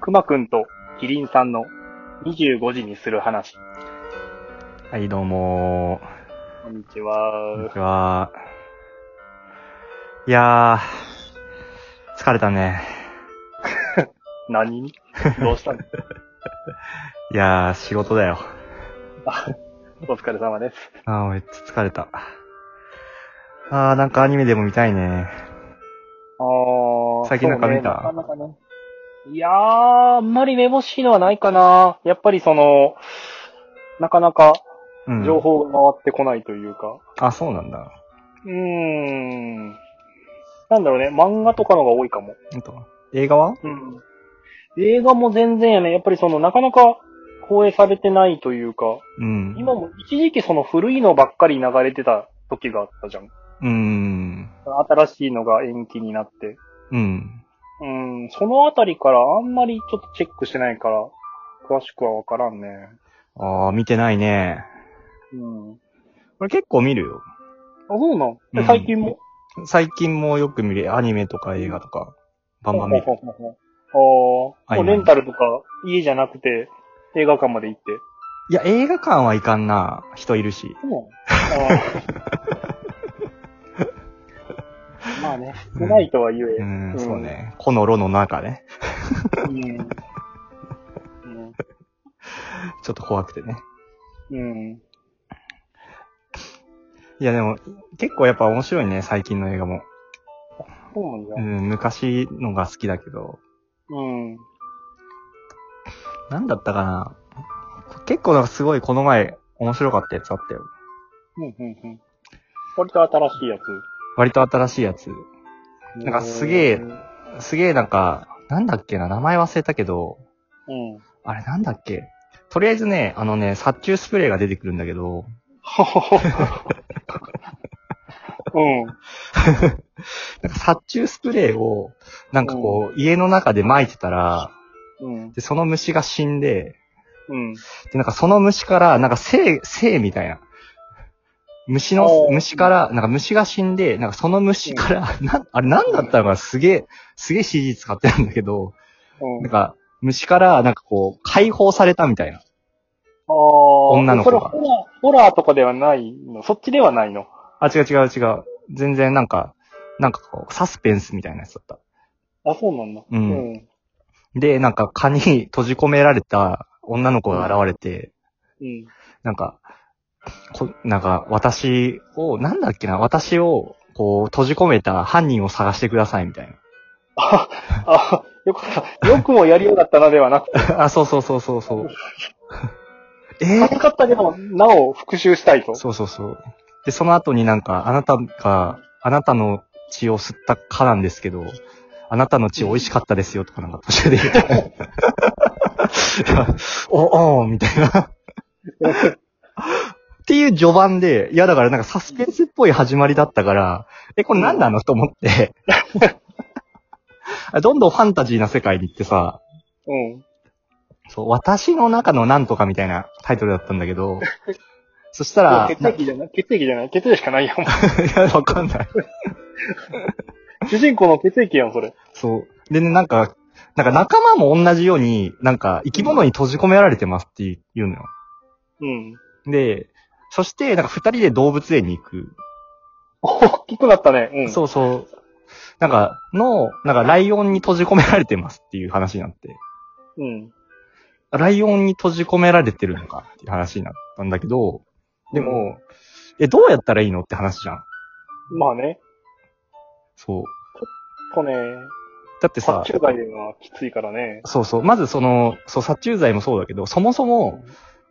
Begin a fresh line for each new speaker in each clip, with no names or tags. くまくんとキリンさんの25時にする話。
はい、どうもー。
こんにち
こんに
は。
ちは。いやー、疲れたね。
何 にどうしたの
いやー、仕事だよ。
お疲れ様です。
あー、めっちゃ疲れた。あー、なんかアニメでも見たいね。
あー
最近なんか見た
そうねなかなかねいやー、あんまりめぼしいのはないかな。やっぱりその、なかなか
うん。
情。報が回ってこないというか。
あ、そうなんだ。
うーん。なんだろうね、漫画とかのが多いかも。
ほんと映画は
うん。映画も全然やね、やっぱりその、なかなか放映されてないというか、
うん。
今も一時期その古いのばっかり流れてた時があったじゃん。
うーん。
新しいのが延期になって。
うん。
うん、そのあたりからあんまりちょっとチェックしてないから、詳しくはわからんね。
あー、見てないね。
うん。あ、
これ結構見るよ。
そうなん
う
で
ん
最近も。
最近もよく見る。アニメとか映画とか。バンバン見る。
ほうほうほうほうああ、
あ
もう
今
レンタルとか家じゃなくて映画館まで行って。
いや、映画館はいかんな。人いるし。
そうなんあ あまあね、少ないとは言え。
うん、そうね。この炉の中ね。
うん。
ちょっと怖くてね。
うん。うん
いやでも、結構やっぱ面白いね、最近の映画も。
そうなんだ
う。ん、昔のが好きだけど。
うん。
なんだったかな結構なんかすごいこの前面白かったやつあったよ。
うん、うん、うん。割と新しいやつ。
割と新しいやつ。なんかすげえ
うん。
すげえなんか、なんだっけな、名前忘れたけど、
うん。
あれなんだっけとりあえずね、あのね、殺虫スプレーが出てくるんだけど、
うん。
なんか殺虫スプレーを、なんかこう、家の中で撒いてたら、
うん。
で、その虫が死んで、
うん。
で、なんかその虫から、なんか生、生みたいな。虫の
お、ー
虫から、なんか虫が死んで、なんかその虫から、な、あれなんだったのかなすげえ、すげえ CG 使ってるんだけど、
う
なん
ん。
か、虫から、なんかこう、解放されたみたいな。
ああ。
女の子
それ
が
ホラー、ホラーとかではないのそっちではないの。
あ、違う違う違う。全然なんか、なんかこう、サスペンスみたいなやつだった。
あ、そうなんだ。
うん。で、なんか蚊に閉じ込められた女の子が現れて、
うん。
なんか、こ、なんか、私を、なんだっけな、私を、こう、閉じ込めた犯人を探してください、みたい
あ、あ、よかった。よくもやりようだったなではなくて、
な。あ、そうそうそうそうそう。え
助
ー、
かったけど、なお復讐したいと。
そうそうそう。で、その後になんか、あなたが、あなたの血を吸ったかなんですけど、あなたの血美味しかったですよ、とかなんか途中で 言った。お、おーみたいな。っていう序盤で、いやだからなんかサスペンスっぽい始まりだったから、え、これ何なのと思って。 どんどんファンタジーな世界に行ってさ、
うん。
そう、私の中のなんとかみたいなタイトルだったんだけど、そしたら、
血液じゃない血液じゃない血液しかないやん。
いや、わかんない。
主人公の血液やん、それ。
そう。でね、なんか、なんか仲間も同じように、なんか生き物に閉じ込められてますって言うのよ。
うん。
で、そして、なんか二人で動物園に行く。
大きくなったね。うん。
そうそう。なんか、の、なんかライオンに閉じ込められてますっていう話になって。
うん。
ライオンに閉じ込められてるのかっていう話になったんだけど、でも、え、どうやったらいいのって話じゃん。
まあね。
そう。
こうね、
だってさ
殺、虫剤ではきついからね。
そうそう。まずその、そう、殺虫剤もそうだけど、そもそも、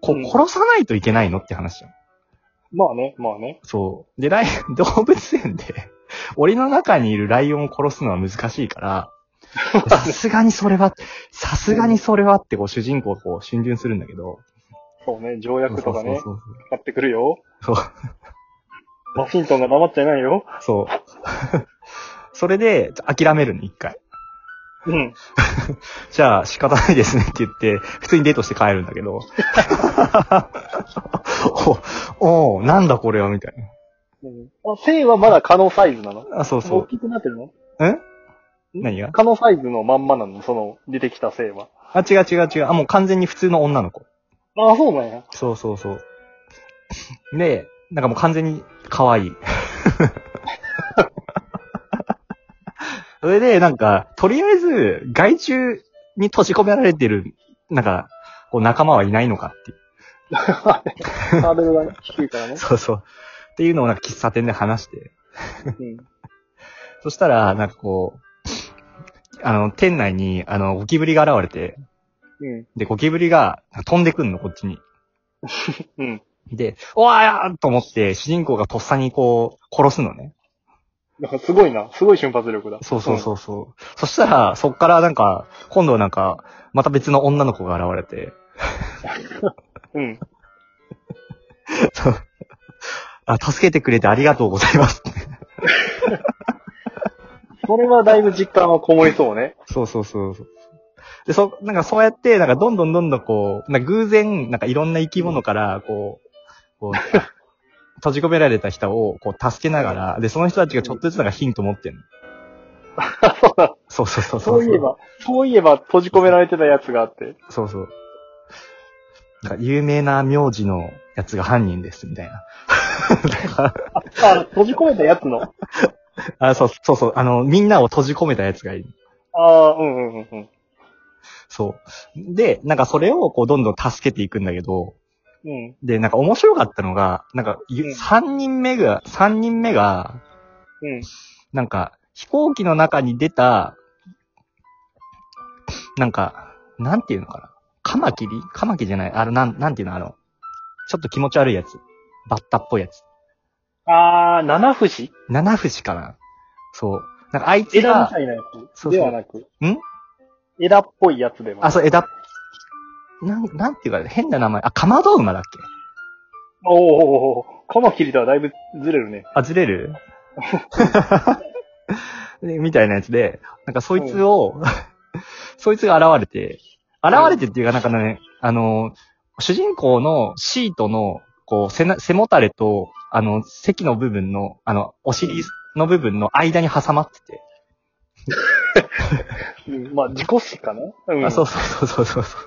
こ
うん
う、殺さないといけないのって話じゃん。
まあね、まあね。
そう。で、ライ、 動物園で、檻の中にいるライオンを殺すのは難し いから、さすがにそれは、さすがにそれはって、こう、主人公がこう、逡巡するんだけど。
そうね、条約とかね、
そう
買ってくるよ。
そうそう。そう。
ワシントンが黙っちゃいないよ。
そう それで、諦めるの、一回。
うん。
じゃあ、仕方ないですねって言って、普通にデートして帰るんだけど。 お、おーなんだこれは、みたい
うんあ、生はまだ可能サイズなの
な。あ、そ
大
うそ
きくなってるの
う。ん何が
可能サイズのまんまなのその、出てきた生は。
あ、違う違う違う。あ、もう完全に普通の女の子。
あ、そうなん や。
そうそうそう。で、なんかもう完全に可愛い。それで、なんか、とりあえず、害虫に閉じ込められてる、なんか、こう仲間はいないのかってい
ハードルが低いからね
う。。そうそう。っていうのをなんか喫茶店で話して。
うん。
そしたら、なんかこう、あの、店内に、あの、ゴキブリが現れて、
うん。
で、ゴキブリが飛んでくんの、こっちに。
うん。
で、おわーと思って、主人公がとっさにこう、殺すのね。
なんかすごいな。すごい瞬発力だ。
そうそうそうそう。そしたら、そっからなんか、今度はなんか、また別の女の子が現れて、
うん。うん。
そうあ助けてくれてありがとうございます。
それはだいぶ実感はこもりそうね。
そうそうそうそう。で、そ、なんかそうやって、なんかどんどんどんどんこう、なんか偶然、なんかいろんな生き物から、こう、こう、閉じ込められた人をこう助けながら、で、その人たちがちょっとずつなんかヒント持って んの。
そうだ。
そうそうそう
そういえば、そういえば閉じ込められてたやつがあって。
そうそう。なんか有名な名字のやつが犯人です、みたいな。
あ、閉じ込めたやつの。
あ、そう、そうそう、あの、みんなを閉じ込めたやつがいる。
ああ、うんうんうんうん。
そう。で、なんかそれをこう、どんどん助けていくんだけど、
うん。
で、なんか面白かったのが、なんか、ゆ
うん
3人目が、三人目が、
うん。
なんか、飛行機の中に出た、なんか、なんていうのかな。カマキリカマキリじゃない。あの、なん、なんていうのあの、ちょっと気持ち悪いやつ。バッタっぽいやつ。
ああ、七節
七節かなそう。なんかあいつ
枝み
が、
たいなや
そ
つ
うそう
ではなく。
ん
枝っぽいやつでも。
あ、そう、枝、なん、なんていうか、変な名前。あ、かまど馬だっけ
おーおーおーカマキリとはだいぶずれるね。
あ、ずれるで みたいなやつで、なんかそいつを、 そいつが現れて、現れてっていうかなんかね、あの、主人公のシートの、こう、背な、背もたれと、あの、席の部分の、あの、お尻の部分の間に挟まってて。
うん、まあ、自己死かなうん。。
あ、そううそうそうそう そう。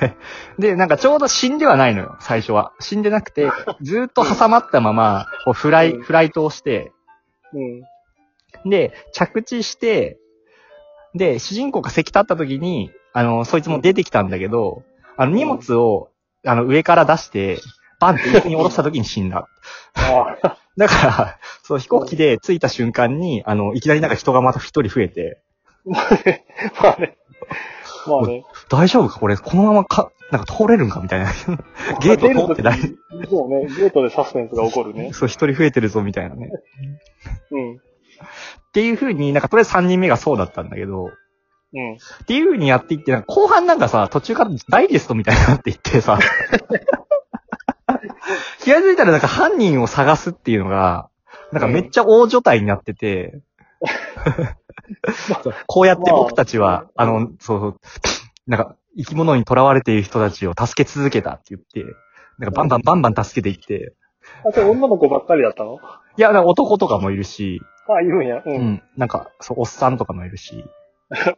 でで、なんかちょうど死んではないのよ、最初は。死んでなくて、ずーっと挟まったまま、こうフライ、
うん
フライトをして、
うん。
で、着地して、で、主人公が席立った時に、あの、そいつも出てきたんだけど、あの、荷物を、あの、上から出して、バンって横に下ろした時に死んだ。
ああ、
だから、そう、飛行機で着いた瞬間に、あの、いきなりなんか人がまた一人増えて、
まあね。まあね。
大丈夫かこれ、このままか、なんか通れるんかみたいな。ゲート通ってない
出る時そうね。ゲートでサスペンスが起こるね。
そう、一人増えてるぞ、みたいなね。
うん。
っていう風に、なんかとりあえず3人目がそうだったんだけど、
うん。
っていう風にやっていって、なんか後半なんかさ、途中からダイジェストみたいになっていってさ、気がついたらなんか犯人を探すっていうのが、なんかめっちゃ大所帯になってて、そうこうやって僕たちは、
まあ
あの、そうそう、なんか生き物に囚われている人たちを助け続けたって言って、なんかバンバンバンバン助けていって、
あ、それ女の子ばっかりだったの
いや、なんか男とかもいるし、
あ、言うんや。う。
うんん、なんか、そう、おっさんとかもいるし、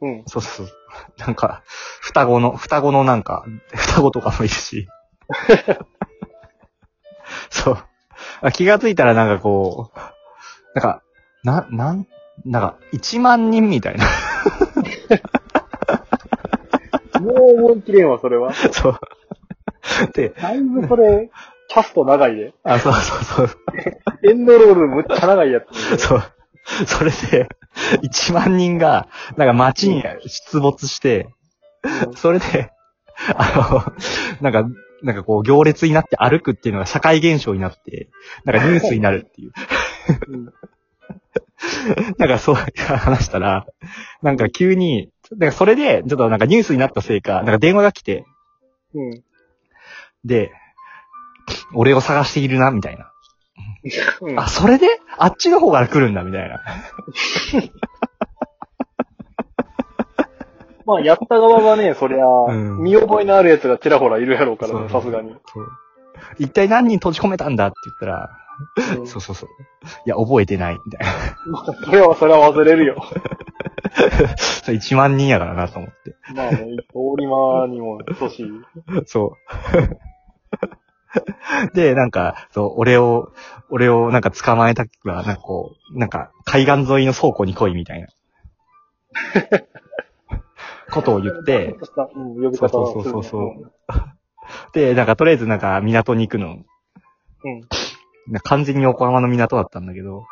うん。
そうそう。 なんか、双子の、双子のなんか、双子とかもいるし。そうあ。気がついたらなんかこう、なんか、な、なん、なんか、1万人みたいな。
もう思い切れんわ、それは。
そう。で、
だいぶそ れ、キャスト長いで。
あ、そうそうそ
エンドロールむっちゃ長いやつ。
う。そう。それで、1万人が、なんか街に出没して、それで、あの、なんか、なんかこう、行列になって歩くっていうのが社会現象になって、なんかニュースになるっていう。
うん。
なんかそう、話したら、なんか急に、なんかそれで、ちょっとなんかニュースになったせいか、なんか電話が来て、
うん。
で、俺を探しているな、みたいな。
うん。
あ、それであっちの方から来るんだ、みたいな。
まあ、やった側はね、そりゃ、
ん
見覚えのあるやつがちらほらいるやろうからね、
そう
さすがに。
そう一体何人閉じ込めたんだって言ったら、
うん
そうそうそう。いや、覚えてない、みたいな。
それは、それは忘れるよ。
1万人やからなと思って。
まあね、通り魔にも等しい。
そう。 で、なんか、そう、俺を、俺をなんか捕まえたくは、なんかこう、なんか海岸沿いの倉庫に来いみたいな。ことを言っ
ち
て、
ょっとした、うん、呼び
そ
方
うそ
を
う
するね
そうそう。で、なんかとりあえずなんか港に行く
う
の。
ん。
な完全に横浜の港だったんだ けど。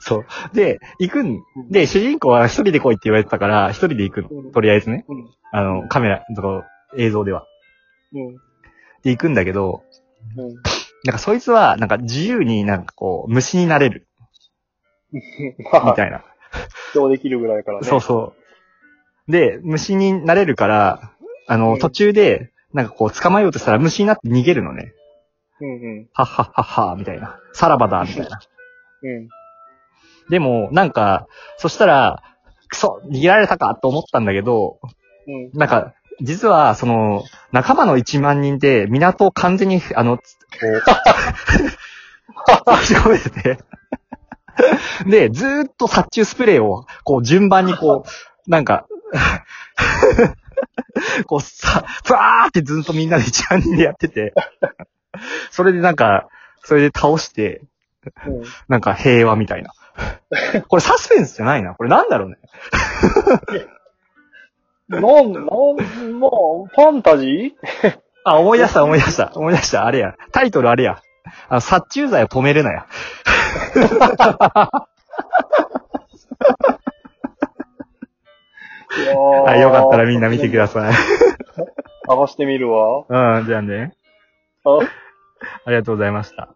そう。で、行くん。で、主人公は一人で来いって言われてたから、一人で行く
う
の。
ん
とりあえずね。
うん。
あの、カメラ、その映像では。
うん。
で、行くんだけど、
うん。
なんかそいつは、なんか自由になんかこう、虫になれる。
ま
み
あ、
たいな。
どうできるぐらいからね。
そうそう。で、虫になれるから、あ
う
の、
ん
途中で、なんかこう、捕まえようとしたら虫になって逃げるのね。
う。うん
はっはっはっは、みたいな。さらばだ、みたいな。
うん。うん。
でも、なんか、そしたら、くそ、逃げられたかと思ったんだけど、
うん。
なんか、実は、その、仲間の1万人で、港を完全に、あの、つこう、 閉じ込めてて。で、ずーっと殺虫スプレーを、こう、順番にこう、なんか、 こう、さ、ふわーってずっとみんなで1万人でやってて、それでなんか、それで倒して、
うん。
なんか平和みたいな。 これサスペンスじゃないな。これなんだろうね。
なん、なん、まあ、ファンタジー
あ、思い出した、思い出した、思い出した、あれや。タイトルあれや。あの、殺虫剤を止めるなや。
いや ー
はい、よかったらみんな見てください。
探してみるわ。
うん、じゃあね。
あ
ありがとうございました。